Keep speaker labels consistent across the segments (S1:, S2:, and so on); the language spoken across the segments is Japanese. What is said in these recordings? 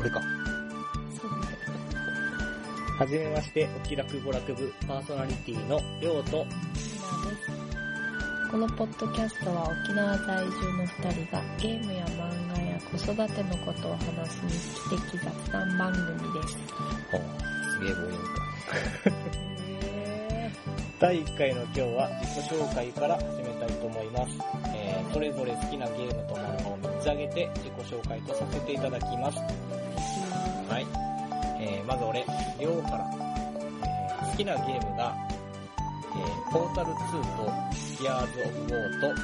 S1: 俺か。はじめまして、お気楽娯楽部パーソナリティのりょうと、
S2: このポッドキャストは沖縄在住の2人がゲームや漫画や子育てのことを話す日記的雑談番組です。
S3: すげえ棒読みか。
S1: 第1回の今日は自己紹介から始めたいと思います。えー、それぞれ好きなゲームと漫画を3つ挙げて自己紹介とさせていただきます。はい。えー、まず俺、りょうから。えー好きなゲームが、えー、ポータル2と、ギアーズ・オブ・ウォーと、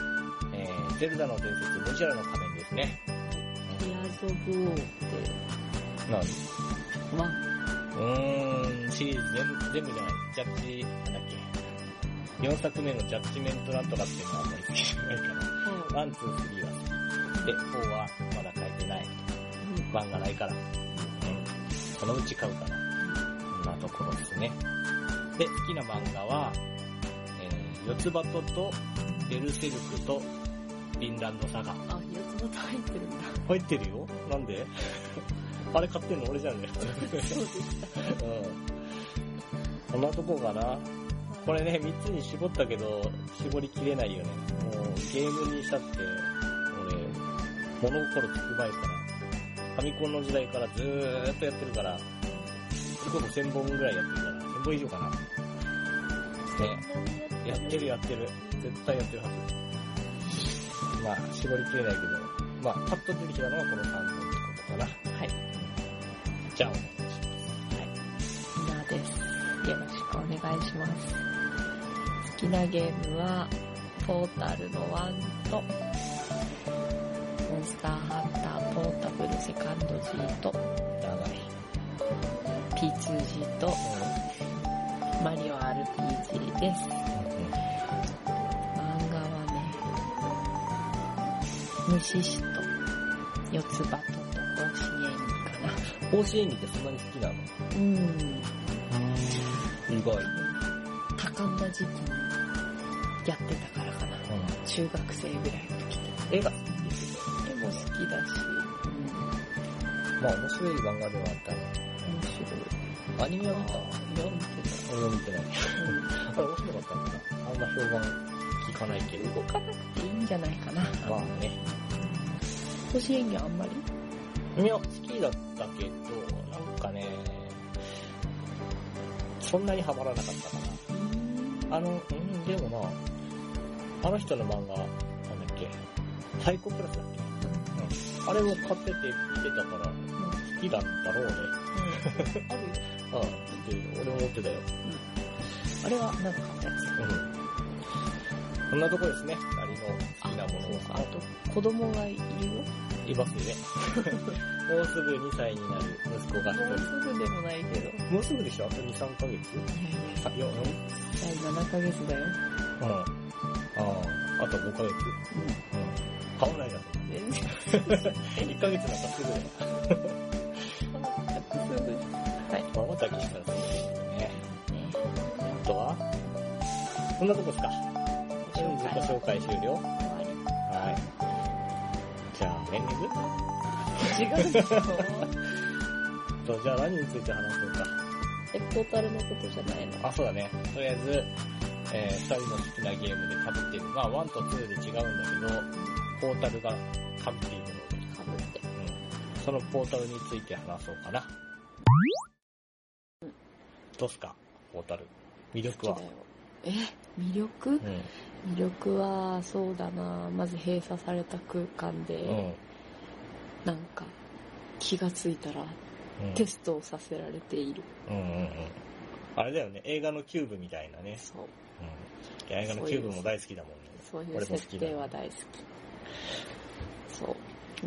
S1: えー、ゼルダの伝説、ムジュラの仮面ですね。
S4: リアゾブ王って、
S1: なんう
S4: ワン。
S1: ーん、シリーズ全全部じゃない、ジャッジ、なんだっけ。4作目のジャッジメントなんとかっていうのはあんまり好きじゃないかな。ワン、ツー、スリーは好き。で、フォーはまだ書いてない。漫画ないから。うん。そのうち買うかな。そんなところですね。で、好きな漫画は、えー、四つ葉とと、ベルセルクと、フィンランドサガ。
S4: あ、四つ葉と入ってるんだ。
S1: 入ってるよなんで あれ買ってんの俺じゃね
S4: そうです。
S1: うん。そんなとこかな。これね、3つに絞ったけど、絞りきれないよね。もうゲームにしたって、俺、物心つく前から、ファミコンの時代からずーっとやってるから、それこそ1000本ぐらいやってるから、1000本以上かな。ね、やってるやってる。絶対やってるはず。まあ、絞りきれないけど、まあ、パッと出てきたのはこの3本ってことかな。はい。じゃあ、お願いします。
S2: みなです。よろしくお願いします。好きなゲームは、ポータルのワンと、モンスターハンターポータブルセカンド G と、
S1: 長い。
S2: P2G と、マリオ RPG です。漫画はね、虫師と、四つ葉と、甲子園かな。
S1: 甲子園ってそんなに好きなの
S2: うん。
S1: 意外。
S2: 多感な時期にやってたからかな。中学生ぐらいの時
S1: 絵が好
S2: 絵も好きだし、うん、
S1: き。まあ面白い漫画ではあったね。
S2: 面白い。
S1: アニメは見た
S2: 読んでた。
S1: 俺は見てない。あれ面白かったのかなあんま評判聞かないけど。
S2: 動かなくていいんじゃないかな。
S1: まあね。
S2: 甲子園にはあんまり
S1: いや、好きだったけど、なんかね、そんなにハマらなかったかな。あの、うん、でもな、あの人の漫画、なんだっけ、サイコプラスだっけ、うん、あれを買ってて見てたから、好 きなんだろうね。
S2: ある
S1: ああ、って俺も思ってたよ。
S2: あれはなんか買ったやつ。
S1: うん。こんなとこですね、二人の好きなものを。
S2: あと、子供がいるよ。
S1: いますね。 もうすぐ2歳になる息子が一
S2: もうすぐでもないけど。い
S1: 人。もうすぐでしょあと2、3ヶ月
S2: やいや、
S1: さ、4? うん。
S2: 第7ヶ月だよ。
S1: ああ、あと5ヶ月。うん。買わないだろ。
S2: 全然
S1: 1ヶ月なんかすぐだよ。
S2: すぐ。はい。
S1: まばたきしたらすぐですね。あとはこんなとこですか
S2: 紹介
S1: 自己紹介終了
S2: 終わり。
S1: はい。じゃあ、エンディング
S2: 違うでしょ
S1: と、じゃあ何について話そうか。
S2: え、ポータルのことじゃないの
S1: あ、そうだね。とりあえず、えー、二人の好きなゲームで被っている。まあ、1と2で違うんだけど、ポータルが被っているので、
S2: かぶっ
S1: う
S2: て。
S1: ん。そのポータルについて話そうかな。どうすかポータル。魅力は
S2: 好き。だよえ、魅力
S1: うん。
S2: 魅力は、そうだなまず閉鎖された空間で、
S1: うん。
S2: なんか、気がついたら
S1: うん
S2: テストをさせられている。
S1: うんうんうん。あれだよね。映画のキューブみたいなね。
S2: そう。
S1: うん。いや映画のキューブも大好きだもんね。
S2: そうい
S1: 俺も好
S2: う
S1: きだ
S2: 設定は大好き。そ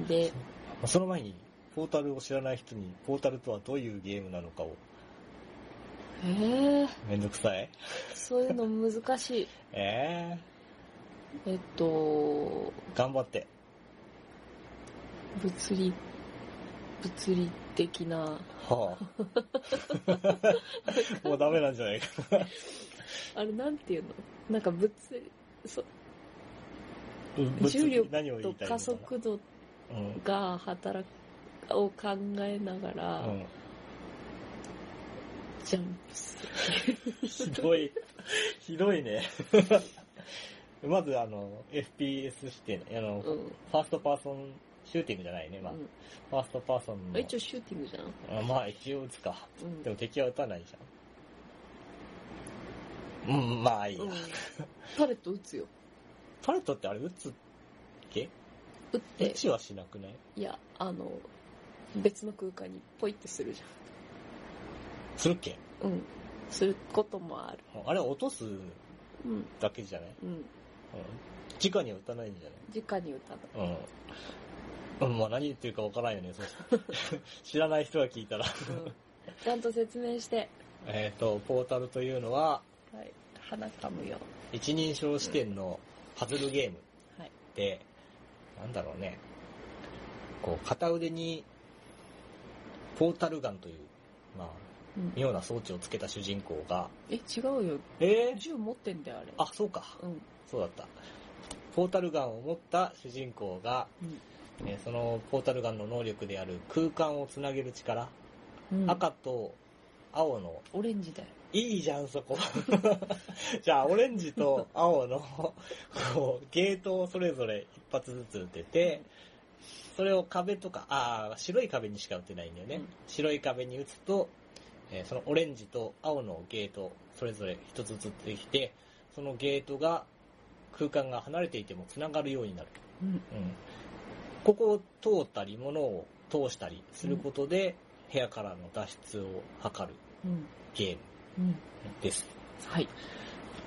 S2: う。で、
S1: まあその前に、ポータルを知らない人に、ポータルとはどういうゲームなのかを、
S2: えー、
S1: めんどくさい
S2: そういうの難しい。
S1: え
S2: えっと、
S1: え頑張って。
S2: 物理、物理的な、
S1: は あ。もうダメなんじゃないか。
S2: あれなんていうのなんか物理、そ
S1: 物理
S2: 重力
S1: 何を言
S2: と
S1: いたいの
S2: 加
S1: かな
S2: 速度
S1: うん。
S2: が働を考えながら、
S1: う
S2: ジャンプする。
S1: ん。ひどい。 ひどいね。 まず、あの、FPS 視点、あの、
S2: うん
S1: ファーストパーソンシューティングじゃないね、まあ。
S2: うん
S1: ファーストパーソン
S2: あ
S1: の。
S2: 一応シューティングじゃん。
S1: あまあ、一応撃つか。
S2: うん
S1: でも敵は撃たないじゃん。うん、まあいいや。
S2: うん
S5: パレット打つよ。
S1: パレットってあれ撃つっけ
S2: 打って
S1: 撃、ちはしなくない
S2: いや、あの、別の空間にポイってするじ
S1: するっけ
S2: ゃん。うん。することもある。
S1: あれ落とす
S2: うん。
S1: だけじゃない
S2: うん。
S1: うん。直には撃たないんじ
S2: 直に歌う
S1: ゃないうん。うん、まあ何言ってるかわからないよね、そう 知らない人が聞いたら。
S2: の。うん。ちゃんと説明して。
S1: えっと、ポータルというのは、
S2: はい。鼻かむよ。
S1: 一人称視点のパズルゲーム
S2: はい
S1: で、なんだろうね、こう、片腕に、ポータルガンという、まあ、
S2: うん
S1: 妙な装置をつけた主人公が、
S2: え、違うよ。
S1: え
S2: 銃持ってんだよ、あれ。
S1: あ、そうか、
S2: うん。
S1: そうだった。ポータルガンを持った主人公が、
S2: うん
S1: えーそのポータルガンの能力である空間をつなげる力、
S2: うん、
S1: 赤と青の
S2: オレンジだよ。
S1: いいじゃん、そこ。 じゃあ、オレンジと青の、こう、ゲートをそれぞれ一発ずつ打てて、それを壁とか、ああ、白い壁にしか打てないんだよね。
S2: うん
S1: 白い壁に打つと、えーそのオレンジと青のゲート、それぞれ一つずつ打ってきて、そのゲートが、空間が離れていても繋がるようになる。
S2: うん。
S1: うんここを通ったり、物を通したりすることで、部屋からの脱出を図る
S2: うん。
S1: ゲーム
S2: うん。
S1: です。
S2: はい。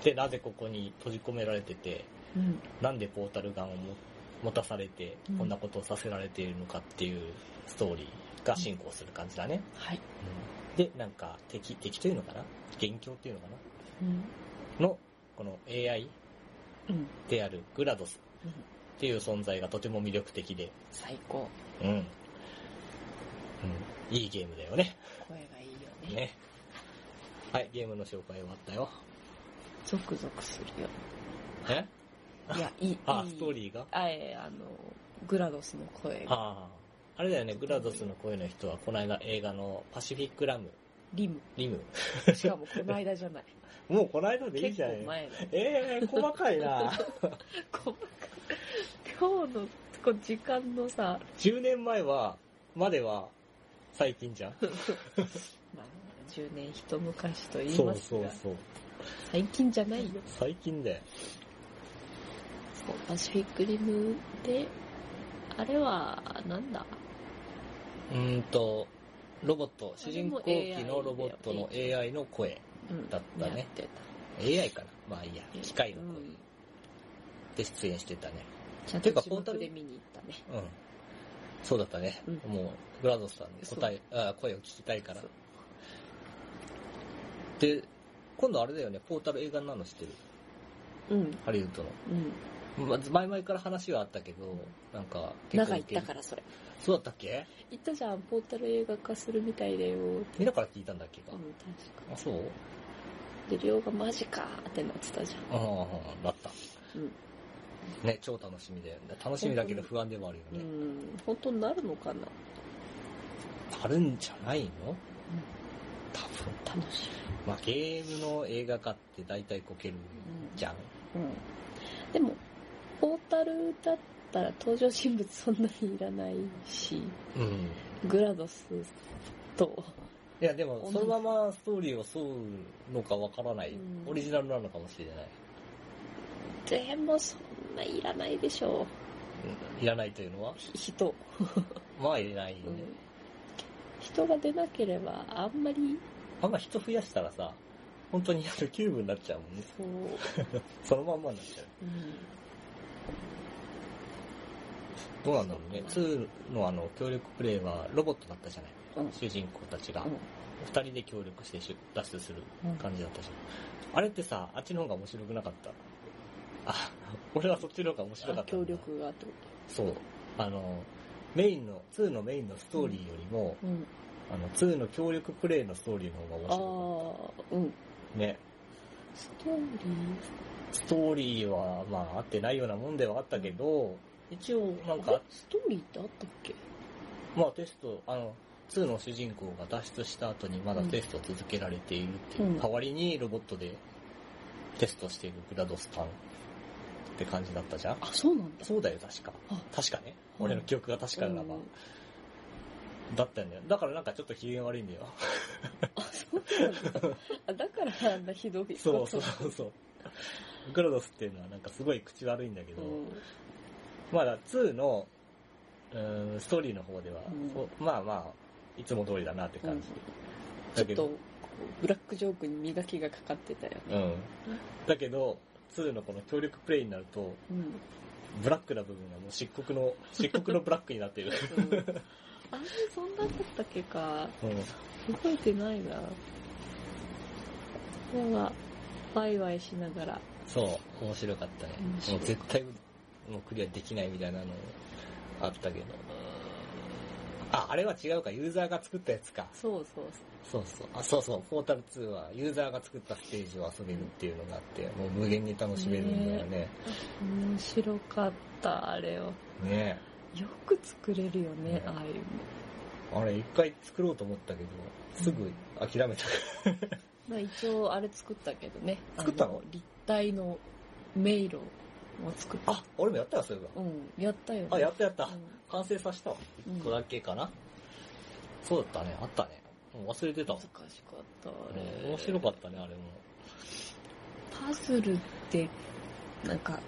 S1: で、なぜここに閉じ込められてて、
S2: うん。
S1: なんでポータルガンをも持たされて
S2: うん、
S1: こんなことをさせられているのかっていうストーリーが進行する感じだね。
S2: はい。
S1: で、なんか敵、敵というのかな元凶というのか
S2: うん。
S1: なの、この AI
S2: うん。
S1: であるグラドス
S2: うん
S1: っていう存在がとても魅力的で、
S2: 最高。
S1: うん。うん、いいゲームだよね。
S2: 声がいいよね。
S1: ね。はい、ゲームの紹介終わったよ。
S2: ゾクゾクするよ。
S1: え
S2: いや、いい。
S1: あ、
S2: いい
S1: ストーリーが
S2: あえ、あの、グラドスの声が。
S1: ああ。あれだよね、グラドスの声の人は、この間映画のパシフィックラム、
S2: リム。
S1: リム。
S2: しかもこの間じゃない。
S1: もうこの間 でいい
S2: 結
S1: じゃん。
S2: 構前の。
S1: ええ細かい な
S2: 細かい今日のこう時間のさ、
S1: 10年前は、までは、最近じゃん。
S2: まあ、10年一昔と言いますが、
S1: そう。
S2: 最近じゃないよ。
S1: 最近だよ。
S2: そうパシフィックリムで、あれは、なんだ
S1: うーんと、ロボット、主人公機
S2: あれも
S1: の
S2: AI
S1: ロボットの AI の声。
S2: うん
S1: だったね
S2: やって
S1: AI かなまあいいや、
S2: た。
S1: 機械の
S2: う
S1: 声
S2: ん
S1: で出演してたね。
S2: ちゃん
S1: て
S2: と
S1: か
S2: 字
S1: ポ
S2: 幕
S1: ータル
S2: で見に行ったね。
S1: うん。そうだったね。
S2: うん
S1: もう、グラドスさんの答え、あ声を聞きたいから
S2: そう。
S1: で、今度あれだよね、ポータル映画になるの知ってる
S2: うん、
S1: ハリウッドの。
S2: うん。
S1: ま前々から話はあったけど、なんか、。
S2: 長いったかららそれ。
S1: そうだったっけ
S2: 行ったじゃん、ポータル映画化するみたいだよ。うん、
S1: みんなから聞いたんだっけか。
S2: 確
S1: あ、
S2: か。
S1: そう
S2: で、りょうがマジかーってなってたじゃん。
S1: ああ、だった。
S2: うん
S1: ね、超楽しみだよね。楽しみだけど不安でもあるよ
S2: う
S1: ね。
S2: ん、本当になるのかな
S1: あるんじゃないの多分。
S2: 楽しい。
S1: まあ、ゲームの映画化って大体こけるじゃん。
S2: うん。でも、ポータルだったら登場人物そんなにいらないし、
S1: うん。
S2: グラドスと、
S1: いや、でも、そのままストーリーを沿うのかわからない
S2: うん。
S1: オリジナルなのかもしれない。
S2: でもそんないらないでしょ
S1: いらないというのは
S2: う、ひ人。
S1: まあ、いらないよ
S2: う
S1: ね
S2: ん。人が出なければ、あんまり、
S1: あんま人増やしたらさ、本当に野球部になっちゃうもんね。
S2: そう、
S1: そのまんまになっちゃう。
S2: うん、
S1: どうなんだろうね。2のあの、協力プレイはロボットだったじゃない。
S2: うん
S1: 主人公たちが。
S2: うん
S1: 二人で協力して出脱出する
S2: うん
S1: 感じだったじゃん。あれってさ、あっちの方が面白くなかった。あ、俺はそっちの方が面白か
S2: あ
S1: ったん
S2: 協
S1: だ。
S2: 力がってこ
S1: そう。あの、メインの、2のメインのストーリーよりも、
S2: と。うん。
S1: あの、2の協力プレイのストーリーの方が面
S2: あ
S1: 白
S2: あ、うん。
S1: かった。ね。
S2: ストーリー、
S1: ストーリーは、まあ、合ってないようなもんではあったけど、一応、なんか、
S2: ストーリーってあったっけ
S1: まあテスト、あの、2の主人公が脱出した後にまだテストを続けられているっていう、
S6: うん
S1: 代わりにロボットでテストしているグラドスタンって感じだったじゃん
S2: あ、そうなんだ。
S1: そうだよ、確か
S2: あ。
S1: 確かね。
S2: うん
S1: 俺の記憶が確かならば
S2: うん。
S1: だったんだよ。だからなんかちょっと機嫌悪いんだよ。
S2: あ、そうなんだ。あ、だからあんなひどい。
S1: そうそうそう。グラドスっていうのはなんかすごい口悪いんだけど、
S2: う
S1: まだ2の、うーん、ストーリーの方では、
S2: うん
S1: そうまあまあ、いつも通りだなって
S2: ん。う
S1: 感
S2: ん
S1: じ。
S2: ちょ
S1: だ
S2: っ
S1: け
S2: と
S1: ど、、
S2: ブラックジョークに磨きがかかってたよ。
S1: うん。だけど、2のこの協力プレイになると、
S2: うん。
S1: ブラックな部分がもう漆黒 の、漆黒のブラックになっている。
S2: うんあれ、そんなだったっけか。
S1: うん
S2: 覚えてないな。なんか、ワイワイしながら。
S1: そう、面白かったね
S2: 面。白
S1: も
S2: いう
S1: 絶対もうクリアできないみたいなのあったけど。あ、あれは違うか、ユーザーが作ったやつか。
S2: そうそう
S1: そうそう。あ、そうそう、ポータル2はユーザーが作ったステージを遊べるっていうのがあって、もう無限に楽しめるんだよね。
S2: そう。面白かった、あれを。
S1: ね
S2: よく作れるよね
S1: ね、
S2: ああいうの。
S1: え。あれ、一回作ろうと思ったけど、すぐ諦めた。
S2: まあ一応あれ作ったけどね。
S1: 作ったの
S2: あ立体の迷路を作った。
S1: あ、俺もやったよ、それは。
S2: うん、やったよ、ね。
S1: あ、やったやった
S2: う。ん
S1: 完成させたわ。
S2: うん
S1: 一個だけかな。そうだったね、あったね。もう忘れてたわ
S2: 難。しかった、あ
S1: うん
S2: れ。
S1: 面白かったね、あれも。
S2: パズルって、なんか、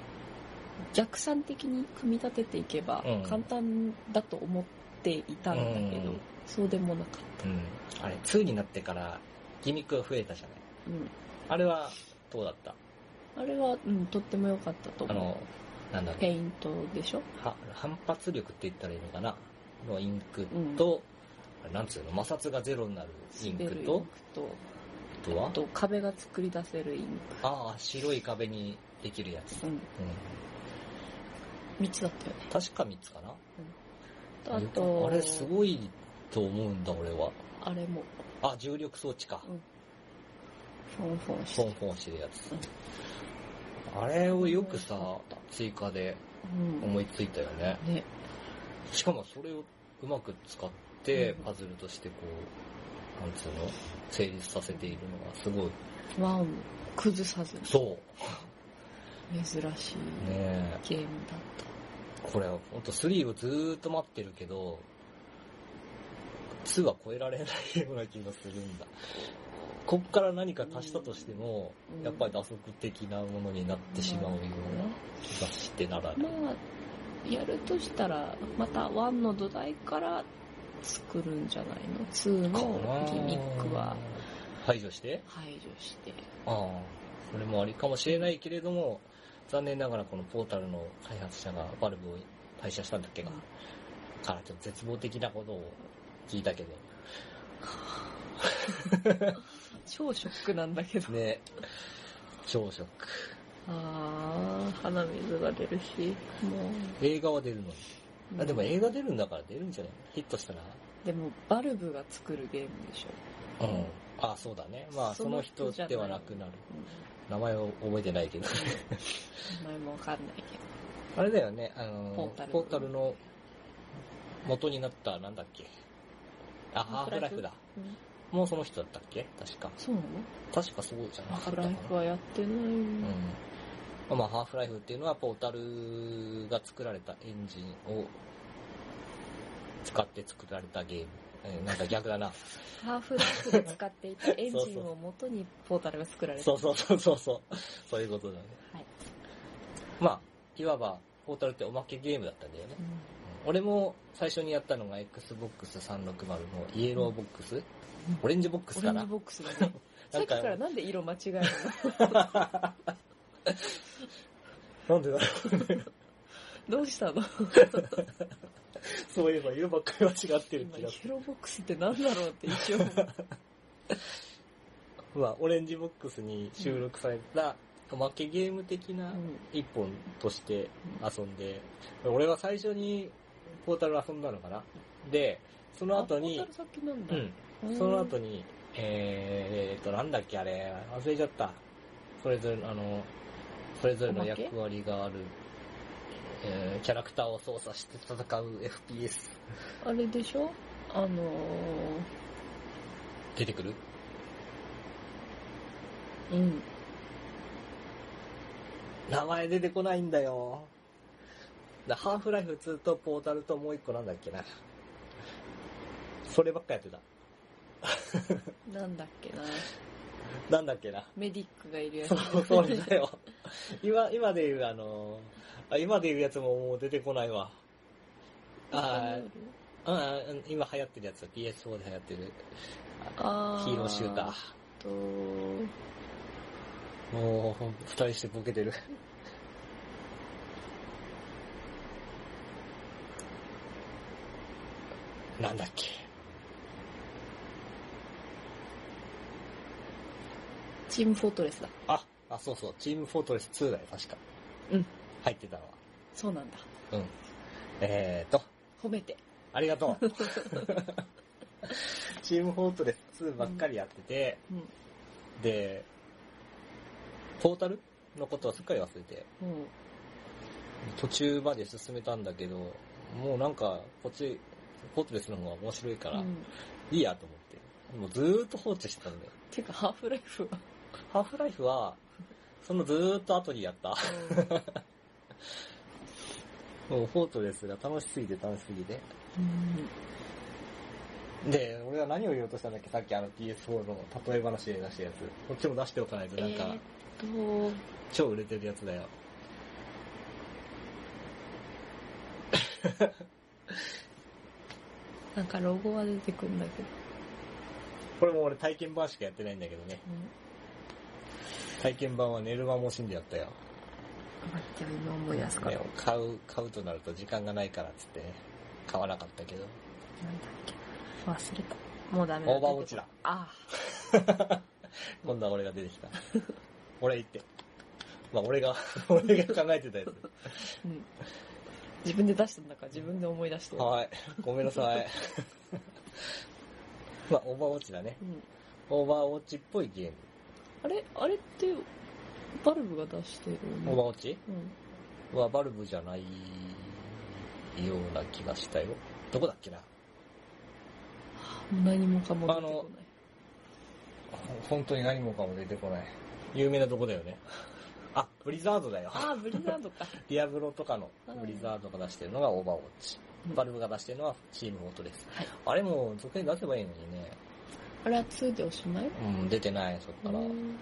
S2: 逆算的に組み立てていけば
S1: うん、
S2: 簡単だと思っていたんだけど、
S1: うん
S2: そうでもなかった。
S1: うん。あれ、2になってからギミックが増えたじゃない。
S2: うん。
S1: あれは、どうだった
S2: あれは、うん、とっても良かったと
S1: あ
S2: 思う。
S1: の、なんだろ
S2: ペ
S1: う。
S2: イントでしょ
S1: は反発力って言ったらいいのかなのインクと、あれなんつうの、摩擦がゼロになるイン
S2: 滑
S1: ク
S2: るインク
S1: と、
S2: と、
S1: あとは
S2: あと壁が作り出せるイン
S1: ああ、白い壁にできるやつ。
S2: ク。うん。
S1: うん。
S2: 3つだったよね。
S1: 確か3つかな
S2: あと、
S1: あれ、すごいと思うんだ、俺は。
S2: あれも、
S1: あ、重力装置か。
S2: フォンフォンし
S1: フォン
S2: て。
S1: フォンしてるやつ
S2: う。
S1: あれをよくさ
S2: 面白かっ、
S1: 追加で
S2: うん。
S1: 思いついたよね。
S2: ね。
S1: しかもそれをうまく使って
S2: うん
S1: パズルとしてこう、なんつうの成立させているのがすごい。
S2: ワンを崩さず
S1: そ。
S2: に珍しいう
S1: ねえ。
S2: ゲームだった。
S1: これ、ほんと3をずーっと待ってるけど、2は超えられないような気がするんだ。こっから何か足したとしても、
S2: うん
S1: やっぱり打足的なものになってしまうような気がしてならない。
S2: まあ、やるとしたら、またワンの土台から作るんじゃないの ?2 のギミックは
S1: 排除して
S2: 排除して。
S1: ああ、それもありかもしれないけれども、残念ながらこのポータルの開発者がバルブを退社したんだっけか、からちょっと絶望的なことを聞いたけど。
S2: 超ショックなんだけど。
S1: ね超ショック。
S2: あー、鼻水が出るし、も
S1: 映画は出るのに。
S2: う。
S1: あ、でも映画出るんだから出るんじゃないヒットしたら。
S2: でも、バルブが作るゲームでしょ。
S1: うん。ああ、そうだね。まあ、そ
S2: そ
S1: の
S2: の
S1: 人
S2: 人じゃない
S1: ではなくなる。
S2: うん
S1: 名前を覚えてないけど。
S2: 名前もわかんないけど。
S1: あれだよね、あの、
S2: ポータル
S1: ポータルの元になった、なんだっけ。あ、ハーフ
S2: ハーフ
S1: ラ
S2: ラ
S1: イ
S2: イ
S1: フ
S2: フ
S1: だ。もうその人だったっけ確か。
S2: そうなの
S1: 確かそうじゃな
S2: ハ
S1: かったかな
S2: ーフライフはやってない。
S1: うん。まあ、ハーフライフっていうのは、ポータルが作られたエンジンを使って作られたゲーム。えーなんか逆だな。
S2: ハーフライフで使っていたエンジンを元にポータルが作られた。
S1: そうそうそうそうそう。そういうことだね。
S2: はい
S1: まあ、いわば、ポータルっておまけゲームだったんだよね。俺も最初にやったのが Xbox360 のイエローボックス、オレンジボックス
S2: オ
S1: か
S2: レン
S1: な
S2: ジボックスだね。
S1: な
S2: さっ
S1: ん
S2: き
S1: か
S2: からなんで色間違える の
S1: なんでだろう
S2: どうしたの
S1: そういえば色ばっかりは違ってる
S2: 今、
S1: 気
S2: イエ
S1: がす
S2: ローボックスってなんだろうって一応。
S1: る。まあ、オレンジボックスに収録されたおまけゲーム的な一本として遊んで、俺は最初にポータルを遊んだのかなで、その後に
S2: あポータ、ル先なんだ。
S1: うん、
S2: うん
S1: その後に、えー、えーと、なんだっけあれ、忘れちゃった。それぞれの、あの、それぞれの役割がある。えーキャラクターを操作して戦う FPS
S2: あれでしょあのー、
S1: 出てくる
S2: うん。
S1: 名前出てこないんだよ。だハーフライフ2とポータルともう一個なんだっけな。そればっかやってた。
S2: なんだっけな。
S1: なんだっけ な。
S2: メディックがいるやつ
S1: そ。う、そうだよ。今、今で言う、あのーあ、今で言うやつももう出てこないわ。あーあー、うん今流行ってるやつ、PS4 で流行ってる。
S2: あ
S1: ヒーローシュータ
S2: ー。と、
S1: ー。もう、二人してボケてる。なんだっけ。
S2: チームフォートレスだ。
S1: あ、あ、そうそう、チームフォートレス2だよ、確か。
S2: うん。
S1: 入ってたのは。
S2: そうなんだ。
S1: うん。えーと、
S2: 褒めて。
S1: ありがと う。チームフォートレス2ばっかりやってて、
S2: うん。
S1: で、ポータルのことはすっかり忘れて、
S2: うん。
S1: 途中まで進めたんだけど、もうなんか、こっち、フォートレスの方が面白いから、
S2: うん
S1: いいやと思って。もうずーっと放置してたんだよ。
S2: てか、ハーフライフは。
S1: ハーフライフは、そのずーっと後にやった。 もうフォートレスが楽しすぎて楽しすぎて。
S2: うん。
S1: で、俺は何を言おうとしたんだっけさっきあの PS4 の例え話で出したやつ。こっちも出しておかないと、なんか、
S2: えーっ
S1: 超売れてるやつだよ。
S2: と、なんかロゴは出てくるんだけど。
S1: これも俺体験版しかやってないんだけどね。体験版は寝る間も惜しんでやったよ。
S6: 待って、今思い出すから。
S1: ね
S6: なんだっ
S1: 買う、買うとなると時間がないからっつってね、買わなかったけど。
S6: け。忘れた。もうダメだ
S1: オーバーウォッチだ。
S6: あ
S1: 今度は俺が出てき た。俺言って。まあ俺 が、俺が考えてたやつ。
S2: うん。自分で出したんだから、自分で思い出してる。
S1: はい。ごめんなさい。 まあオーバーウォッチだね。
S2: うん。
S1: オーバーウォッチっぽいゲーム。
S2: あれあれって、バルブが出してる
S1: オー
S2: の
S1: バーウォッチ
S2: うん。
S1: はバルブじゃないような気がしたよ。どこだっけな
S2: もう何もかも出てこない。
S1: 本当に何もかも出てこない。有名なとこだよ ね。あ、ブリザードだよ。
S2: ああ、ブリザード か。
S1: ディアブロとかのブリザードが出してるのがオーバーウォッチ。バルブが出してるのはチームオートです。
S2: はい
S1: あれも続編出せばいいのにね。
S2: あれは2でおしまい
S1: うん、出てない、そっから。
S2: う
S1: うん、
S2: ん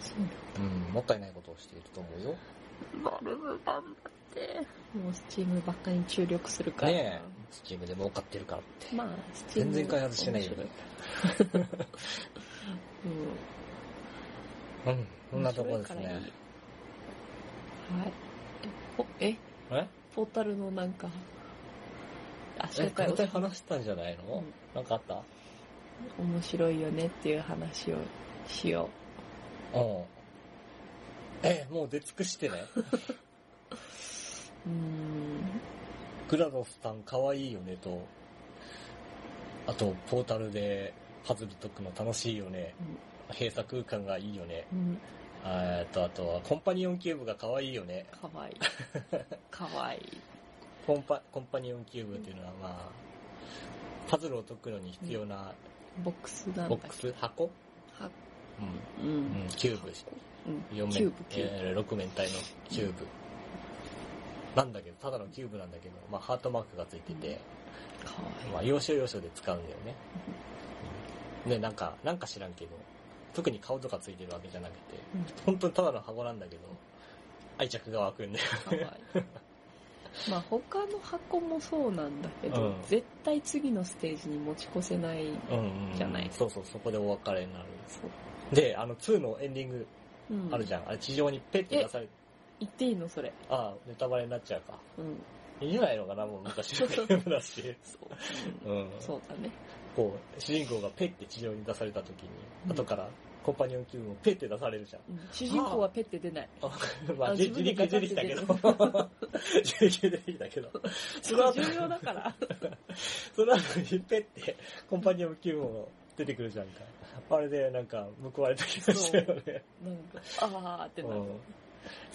S2: そう
S1: もったいないことをしていると思うよ。
S2: バルブ頑張って。もうスチームばっかりに注力するから。
S1: ねえ、スチームで儲かってるからって。
S2: まあ、スチー
S1: 全
S2: ム。
S1: 然開発してないよね。うん、そ
S2: 面白い。うん。
S1: んなとこです
S2: 面白い
S1: ね。
S2: からいいはい。おえ、
S1: え
S2: ポータルのなんか、あ、
S1: え
S2: 紹、介
S1: 大
S2: を
S1: 体話したんじゃないの、
S2: うん
S1: なんかあった
S2: 面白いよねっていう話をしよ
S1: うん。え、もう出尽くして ね。
S2: う。うーん。
S1: グラドスさん可愛いよねと、あと、ポータルでパズル解くの楽しいよね。閉鎖空間がいいよね。
S2: うん。
S1: えっと、あとは、コンパニオンキューブが可愛いよね。
S2: かわいい。かわいい。
S1: コンパ、コンパニオンキューブっていうのは、まあ、パズルを解くのに必要な
S2: ボックスなんだっけ
S1: ボックス、箱
S2: は
S1: う。
S2: うん。
S1: うんん、キューブ。
S2: う
S1: 4
S2: ん。
S1: 面、
S2: キューブ、キューブ。
S1: えー6面体のキューブ。なんだけど、ただのキューブなんだけど、まあ、ハートマークがついてて、
S2: かわいい。
S1: まあ、要所要所で使うんだよね。で、なんか、なんか知らんけど、特に顔とかついてるわけじゃなくて、
S2: うん
S1: 本当にただの箱なんだけど、愛着が湧くんだよ。
S2: かわいい。まあ他の箱もそうなんだけ
S1: う
S2: ど、
S1: ん
S2: 絶対次のステージに持ち越せない。
S1: うん
S2: じゃない
S1: そうそう、そこでお別れになる。
S2: そう。
S1: で、あの、2のエンディング
S2: うん。
S1: あるじゃん。あれ、地上にペッて出されて、
S2: 言っていいのそれ。
S1: ああ、ネタバレになっちゃうか。
S2: うん。
S1: いいんじゃないのかな、もう昔の ゲームだし。
S2: そう。
S1: う
S2: うん
S1: ん。
S2: そうだね。
S1: こう、主人公がペッて地上に出された時に、
S2: うん
S1: 後からコンパニオンキューブもペッて出されるじゃん。
S2: うん主人公はペッて出ない。
S1: まあ、
S2: あ
S1: 自
S2: 自分で
S1: 力
S2: ガチ
S1: 出て
S2: ャ
S1: きたけど
S2: っ。
S1: 自力出てきたけど。その後
S2: 重、要だから。
S1: その後にペッて、コンパニオンキューブも出てくるじゃんか。あれで、なんか、報われた気がしたよね。
S2: なんか、あーって
S1: う
S2: なる。
S1: ん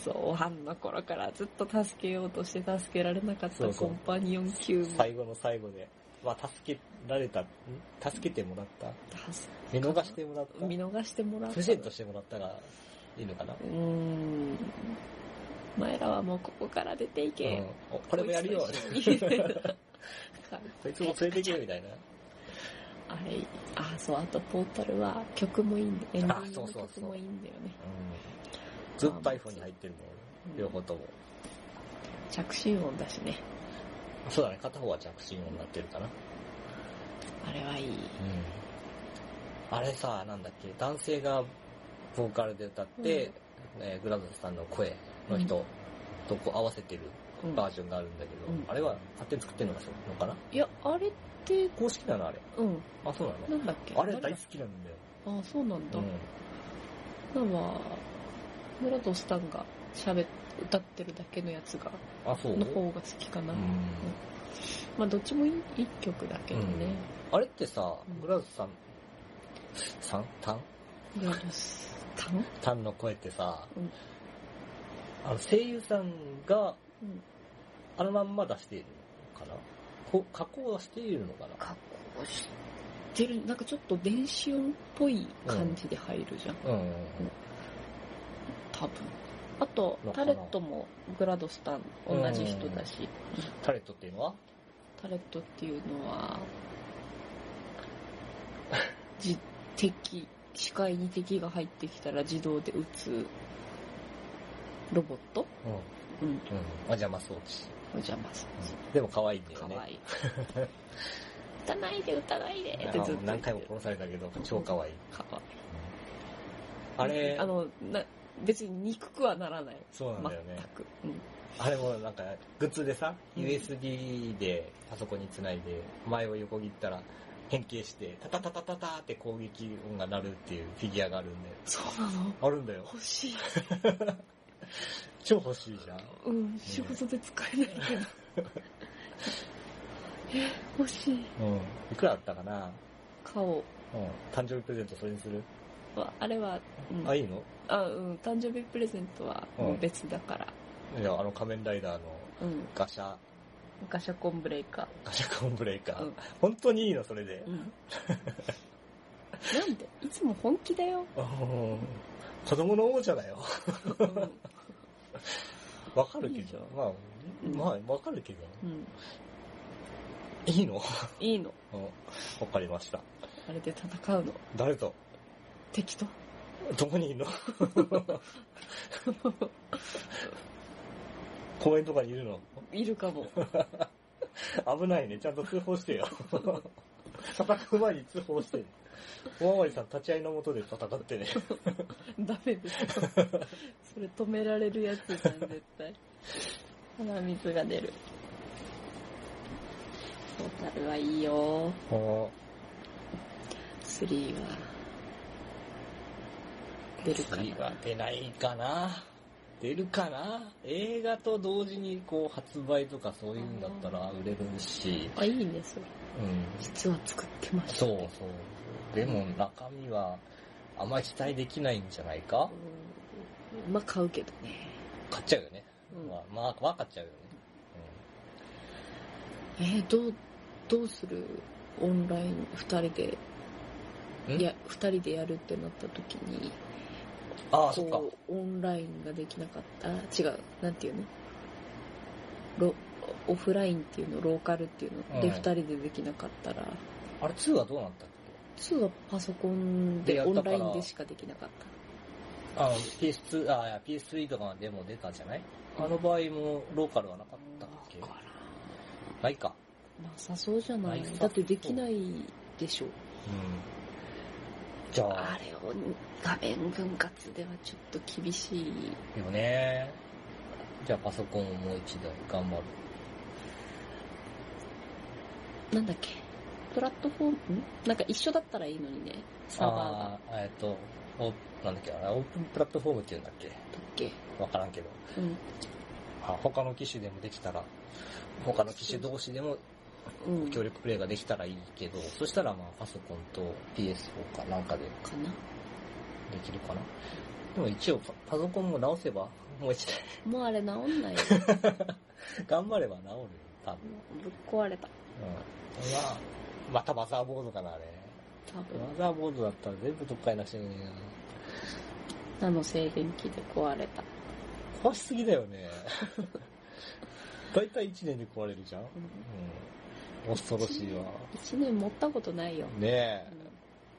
S2: そう、ワンの頃からずっと助けようとして助けられなかっ
S1: そ
S2: た
S1: うそ
S2: コ
S1: う
S2: ンパニオン級も
S1: 最後の最後で。まあ、助けられた、ん助けてもらった
S2: 助
S1: 見逃してもらった
S2: 見逃してもらった。
S1: プレゼントしてもらったらいいのかな
S2: うーん。お前らはもうここから出ていけ。
S1: うんおこれもやる よ。
S2: こいつと一緒に
S1: こいつも連れてけよみたいな。
S2: あれ、あ、そう、あとポータルは曲もいいんだエンディング
S1: そう
S2: の
S1: そうそう
S2: 曲もいいんだよね。
S1: ずっと iPhone に入ってるもん、
S2: うん
S1: 俺両方とも。
S2: 着信音だしね。
S1: そうだね、片方は着信音になってるかな。
S2: あれはいい。
S1: あれさ、なんだっけ、男性がボーカルで歌って、
S2: うん
S1: えーグラドスさんの声の人とこう合わせてる
S2: うん
S1: バージョンがあるんだけど、
S2: うん
S1: あれは勝手に作ってるのかそうのかない
S2: や、あれって、
S1: 公式なのあれ。
S2: うん、
S1: あ、そうなの
S2: なんだっけ
S1: あれ大好きなんだよ。
S2: あ、そうなんだ。
S1: う
S2: なんか、ムラトスタンが喋っ、歌ってるだけのやつが、
S1: ん。あ、そう。
S2: の方が好きかな。
S1: うん
S2: まあ、どっちもいいいい曲だけどね。
S1: あれってさ
S2: うん、
S1: グラドスさん、さんタン
S2: ムラトスタン
S1: タンの声ってさ、
S2: うん
S1: あの声優さんが
S2: うん
S1: あのまんま出しているのかなこ加工はしているのかな
S2: 加工してる、なんかちょっと電子音っぽい感じで入るじゃん、
S1: うん。
S2: 多分。あと
S1: の、か
S2: タ
S1: な
S2: レットもグラドスタン同じ人だし、
S1: タレットっていうのは
S2: タレットっていうのは、じ敵、視界に敵が入ってきたら自動で撃つロボット
S1: うん。
S2: う
S1: う
S2: ん、
S1: ん。お邪魔装置。
S2: お邪魔す
S1: うんでも可愛いんだ
S2: る。か
S1: よね。
S2: わいい。 撃たないで撃たないでって
S1: あ
S2: ずっと言ってる。
S1: 何回も殺されたけど、超可愛い。
S2: かわいい。
S1: あれ、
S2: あの、な、別に憎くはならない。
S1: そうなんだよね。
S2: 全く。うん。
S1: あれもなんか、グッズでさ、
S2: うん
S1: USB でパソコンにつないで、前を横切ったら変形して、タタタタタタって攻撃音が鳴るっていうフィギュアがあるんで、
S2: そうなの
S1: あるんだよ。
S2: 欲しい。
S1: 超欲しいじゃん。
S2: うん、仕事で使えない けど。え、欲しい。
S1: うん。いくらだったかな
S2: 顔
S1: うん。誕生日プレゼントそれにする
S2: は、あれは、うん
S1: あ、いいの
S2: あ、うん、誕生日プレゼントはもう別だから。
S1: いや、あの仮面ライダーの
S2: うん。
S1: ガシャ、
S2: ガシャコンブレーカ
S1: ガシャコンブレイカー。
S2: うん
S1: 本当にいいのそれで
S2: ー。う。ん。なんで、いつも本気だよ。
S1: うん子供のおもちゃだよ。
S2: うん。
S1: わかる
S2: い
S1: け
S2: いじ
S1: ど
S2: ゃん。
S1: まあ、
S2: うん
S1: まあ、わかるけど。
S2: うん
S1: いいの
S2: いいの。
S1: うんわかりました。
S2: あれで戦うの。
S1: 誰と
S2: 敵と。
S1: どこにいるの公園とかにいるの
S2: いるかも。
S1: 危ないね。ちゃんと通報してよ。叩く前に通報して。おまわりさん立ち会いのもとで戦ってね。
S2: ダメですよ。それ止められるやつじゃん、絶対。鼻水が出る。トータルはいいよ。3は。出るか
S1: 次
S2: な
S1: は。出ないかな出るかな映画と同時にこう発売とかそういうんだったら売れるし、
S2: あ、いいね、それ。
S1: うん、
S2: 実は作ってました。
S1: そうそうでも中身はあんまり期待できないんじゃないか
S2: うん。まあ、買うけどね。
S1: 買っちゃうよね、
S2: うん
S1: まあ、まあ、まあ買っちゃうよね、
S2: えーどう、どうするオンライン二人で、
S1: ん
S2: いや、二人でやるってなった時に、
S1: ああそっか
S2: こう、オンラインができなかった。あ違う、なんていうのロオフラインっていうの、ローカルっていうの、
S1: う
S2: で、
S1: ん
S2: 二人でできなかったら、
S1: あれ2はどうなったっ
S2: 2はパソコン
S1: で
S2: で、
S1: やっ
S2: オ
S1: た
S2: ン
S1: か
S2: ラ
S1: ら
S2: インでしかできなかっ
S1: けあの PS2 あいや PS3 とかでも出たじゃないあの場合もローカルはなかった
S2: た。
S1: っけ
S2: だから
S1: ないか
S2: なさそうじゃない
S1: なさそう
S2: だってできないでしょ。
S1: じゃ
S2: あ
S1: あ
S2: れを画面分割ではちょっと厳しい。
S1: よね。じゃあパソコンをもう一台頑張る。
S2: なんだっけプラットフォームんなんか一緒だったらいいのにね。サーバーが。
S1: あーえっと、おなんだっけ、あれオープンプラットフォームって言うんだっけ
S2: だっけ
S1: わからんけど。
S2: うん。
S1: あ他の機種でもできたら、他の機種同士でも
S2: うん。
S1: 協力プレイができたらいいけど、そしたらまあパソコンと PS4 かなんかで
S2: かな
S1: できるかな。でも一応パパソコンも直せばもう一台。
S2: もうあれ治ん ないよ。
S1: 頑張れば治るよ、多分。
S2: ぶっ壊れた。
S1: うん。まあ、またマザーボードかな、あれ。
S2: 多分。
S1: マザーボードだったら全部どっかになくちゃいけないな。
S2: ナノ静電気で壊れた。
S1: 壊しすぎだよ ね。だいたい1年で壊れるじゃん。うん。恐ろしいわ。
S2: 一年持ったことないよ。
S1: ね
S2: う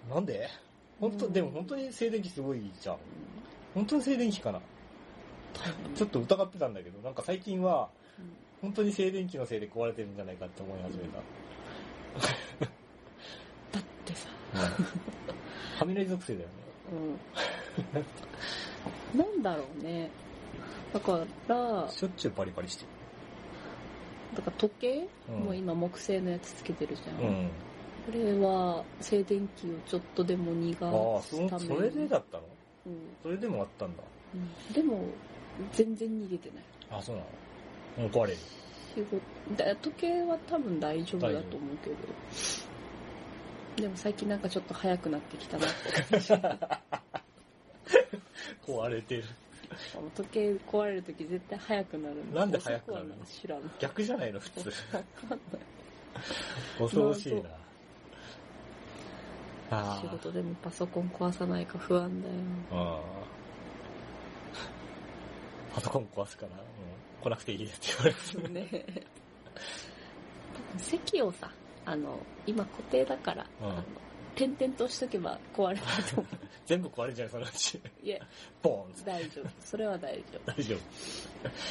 S1: え。
S2: ん
S1: なんで本当、
S2: うん
S1: でも本当に静電気すごいじゃん。本当に静電気かな
S2: うん
S1: ちょっと疑ってたんだけど、なんか最近は
S2: うん、
S1: 本当に静電気のせいで壊れてるんじゃないかって思い始 めた。
S2: だってさ、
S1: 雷属性だよね。
S2: うん。 なんだろうね。だから、だ
S1: しょっちゅうバリバリして
S2: から時計、
S1: る。
S2: もう今木製のやつつけてるじゃん。
S1: うん。
S2: これは静電気をちょっとでも逃
S1: ああ、
S2: がす
S1: そ
S2: ために。
S1: それでだったの
S2: うん、
S1: それでもあったんだ。
S2: うんでも、全然逃げてない。
S1: あ、そうなのもう壊れる。
S2: 仕事だ時計は多分大丈夫だと思うけど。でも最近なんかちょっと早くなってきたなって感じ。
S1: 壊れてる。
S2: 時計壊れるとき絶対早くなるだ
S1: なんで早くなるの
S2: 遅は知らん。
S1: 逆じゃないの、普通。
S2: わかんない。
S1: 恐ろしいな。あ
S2: 仕事でもパソコン壊さないか不安だよ。
S1: あ。ああ。パソコン壊すから、もう来なくていいって言われます。
S2: ねえ多分席をさ、あの、今固定だから、
S1: うん
S2: あの点々としとけば壊れないと思
S1: 全部壊れちゃう、そのうち。
S2: う。いや、
S1: ボーン
S2: 大丈夫。それは大丈
S1: 大丈夫。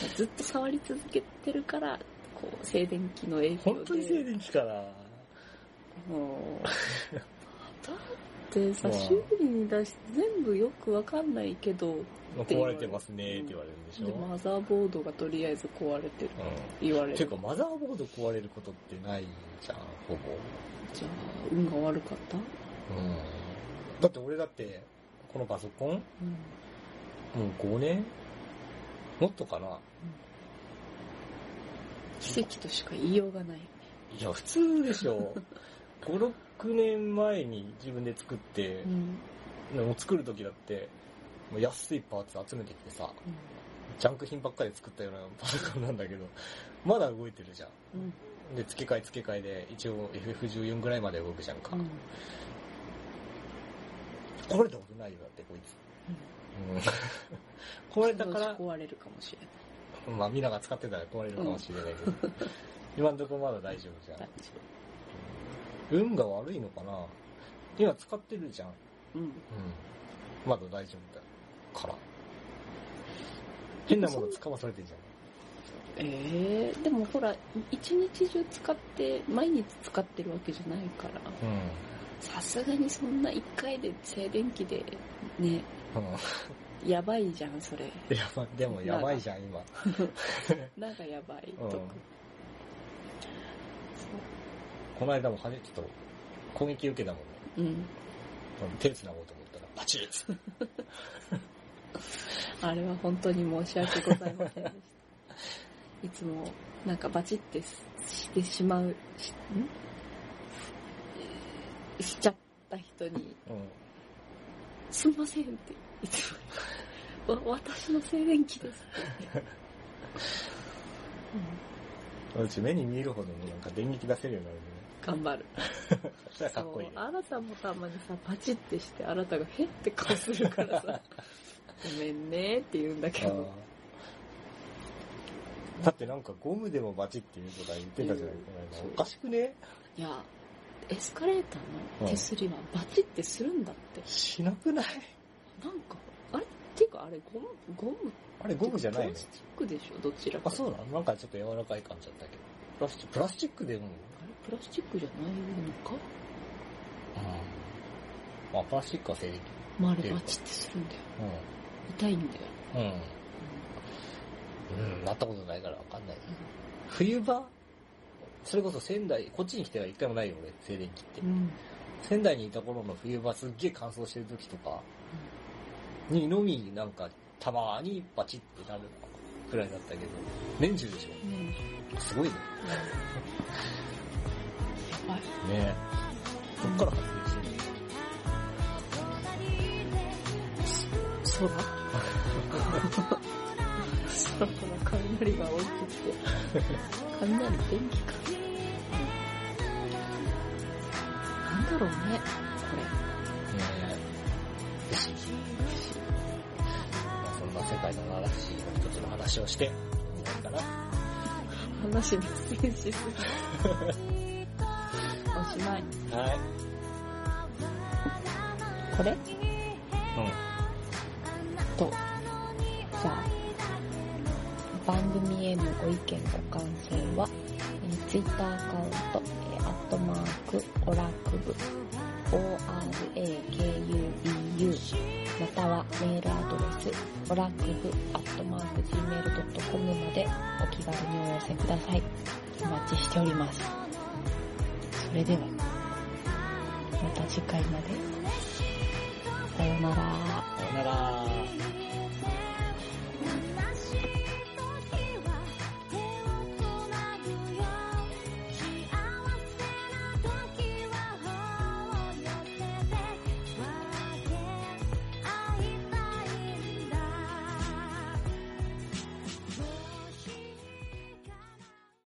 S2: 夫。ずっと触り続けてるから、こう、静電気の影響で。
S1: 本当に静電気かな
S2: もうだって
S1: う
S2: さ、
S1: ん
S2: 修理に出して全部よくわかんないけど、
S1: 壊れてますねって言われるんでしょ
S2: で、マザーボードがとりあえず壊れてる。
S1: う
S2: 言われ
S1: ん。
S2: る。
S1: ていうか、マザーボード壊れることってないじゃん、ほぼ。
S2: じゃあ、運が悪かった
S1: うん。だって俺だって、このパソコン、も
S2: うん。
S1: う5年もっとかな
S2: 奇跡としか言いようがない。
S1: いや、普通でし ょ。5、6年前に自分で作って
S2: う、ん。
S1: でも作る時だって、もう安いパーツ集めてきてさ、ジャンク品ばっかり作ったようなパソコンなんだけど、まだ動いてるじゃん。
S2: うん。
S1: で、付け替え付け替えで、一応 FF14 ぐらいまで動くじゃんか。
S2: うん。
S1: これで危ないよ、だってこいつ。 これだか
S2: そのう
S1: ら
S2: ち、壊れるかもしれ
S1: まあみんなが使ってたら壊れるかもしれないけど、今んとこまだ大丈夫じゃ
S2: ない。大
S1: ん
S2: 丈。
S1: 運が悪いのかな今使ってるじゃん。
S2: 夫。うん。
S1: まだ大丈夫だから。変なもの使わされてんじゃん。
S2: ええでもほら、一日中使って、毎日使ってるわけじゃないから、
S1: う
S2: さすがにそんな一回で静電気で、
S1: ん。
S2: ね、
S1: うん
S2: やばいじゃん、それ。
S1: やばでもやばいじゃん、今。
S2: なんかやばい。
S1: うん
S2: とか
S1: この間もはね、ちょっと攻撃受けたもんね。
S2: そう。うん。
S1: 手繋ごうと思ったら、パチッ
S2: あれは本当に申し訳ございませんでした。いつも、なんかバチってししてしまう、し、んしちゃった人に、
S1: うん。
S2: すんませんって、いつも、わ、私の静電気ですって。うん
S1: うち目に見えるほどなんか電撃出せるようになるね。
S2: 頑張る。
S1: そしたら かっこいい
S2: そ
S1: ね
S2: う。あなたもたまにさ、パチってして、あなたがへって顔するから さ、ごめんねって言うんだけ
S1: あ
S2: ど、
S1: ーだってなんかゴムでもバチっていうとか言ってたじゃないか、
S2: うん
S1: おかしくね
S2: いや、エスカレーターの手すりはバチってするんだって。
S1: しなくない
S2: なんか、あれっていうかあれゴム、ゴム
S1: あれゴムじゃないの
S2: プラスチックでしょどちらか。
S1: あ、そうなのなんかちょっと柔らかい感じだったけど。プラスチック、プラスチックでも、
S2: あれプラスチックじゃないのか
S1: まあプラスチックは静電気。
S2: まあ、あれバチってするんだよ。痛いんだよ。
S1: うん。うん。うん、なったことないからわかんない。冬場それこそ仙台、こっちに来ては一回もないよ俺、静電気って
S2: う。ん。
S1: 仙台にいた頃の冬場すっげえ乾燥してる時とか、にのみなんかたまにバチってなるくらいだったけど、年中でし
S2: うん。うん、や
S1: ょすごいね。
S2: ばい。
S1: ねそっから発生してる。
S2: 空
S7: のこの雷が大きくて。雷電気か。なんだろうね、これ。
S1: まあそんな世界の話の一つの話をして、みたいかな。
S7: 話脱線しすぎ。おしまい。
S1: はい。
S7: これ
S1: うん。
S2: と、じゃあ、番組へのご意見、ご感想は、えー、Twitter アカウント、えー、アットマーク、オラクブ、orakubu、またはメールアドレス、オラクブ、アットマーク、gmail.com までお気軽にお寄せください。お待ちしております。それでは、また次回まで。さようなら。
S1: さよなら。
S8: 「な